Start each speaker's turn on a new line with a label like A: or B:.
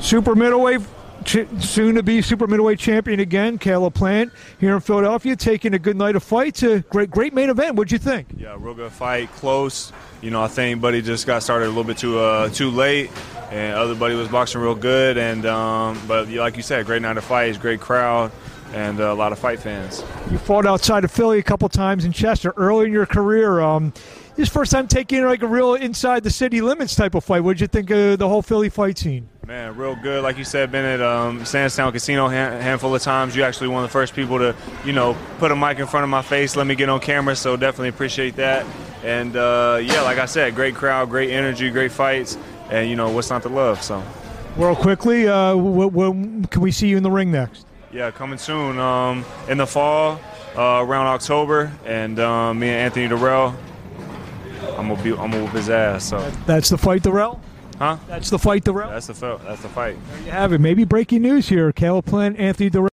A: Super middleweight, ch- soon to be super middleweight champion again, Caleb Plant here in Philadelphia, taking a good night of fights. A great, great main event. What'd you think?
B: Yeah, real good fight, close. You know, I think Buddy just got started a little bit too uh, too late, and other Buddy was boxing real good. And um, but yeah, like you said, great night of fights, great crowd, and uh, a lot of fight fans.
A: You fought outside of Philly a couple times in Chester early in your career. Um, this first time taking like a real inside the city limits type of fight. What'd you think of the whole Philly fight scene?
B: Man, real good. Like you said, been at um, Sandstown Casino a hand, handful of times. You actually one of the first people to, you know, put a mic in front of my face, let me get on camera. So definitely appreciate that. And uh, yeah, like I said, great crowd, great energy, great fights, and you know what's not to love. So,
A: Real quickly, uh, w- w- can we see you in the ring next?
B: yeah, coming soon um, in the fall, uh, around October, and um, me and Anthony Durrell, I'm gonna be, I'm gonna whoop his ass. So,
A: That's the fight, Darrell.
B: huh?
A: That's the fight, Darrell.
B: That's the fi- that's the fight.
A: There you have it. Maybe breaking news here. Caleb Plant, Anthony Darrell.